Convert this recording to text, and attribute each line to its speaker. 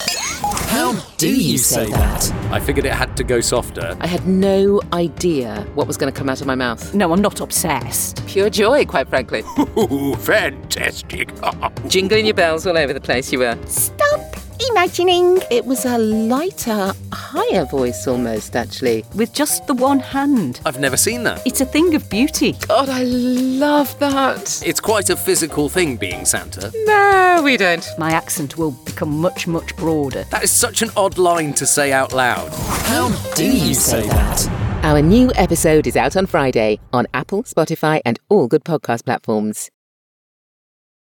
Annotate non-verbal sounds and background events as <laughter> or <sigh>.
Speaker 1: How Oh, do you say that?
Speaker 2: I figured it had to go softer.
Speaker 3: I had no idea what was going to come out of my mouth.
Speaker 4: No, I'm not obsessed.
Speaker 3: Pure joy, quite frankly.
Speaker 2: <laughs> Ooh, fantastic. <laughs>
Speaker 3: Jingling your bells all over the place, you were.
Speaker 5: Stop imagining.
Speaker 3: It was a lighter, higher voice almost, actually.
Speaker 4: With just the one hand.
Speaker 2: I've never seen that.
Speaker 4: It's a thing of beauty.
Speaker 3: God, I love that.
Speaker 2: It's quite a physical thing being Santa.
Speaker 3: No, we don't.
Speaker 4: My accent will become much, much broader.
Speaker 2: That is such an odd line to say out loud.
Speaker 1: How do you say that?
Speaker 3: Our new episode is out on Friday on Apple, Spotify, and all good podcast platforms.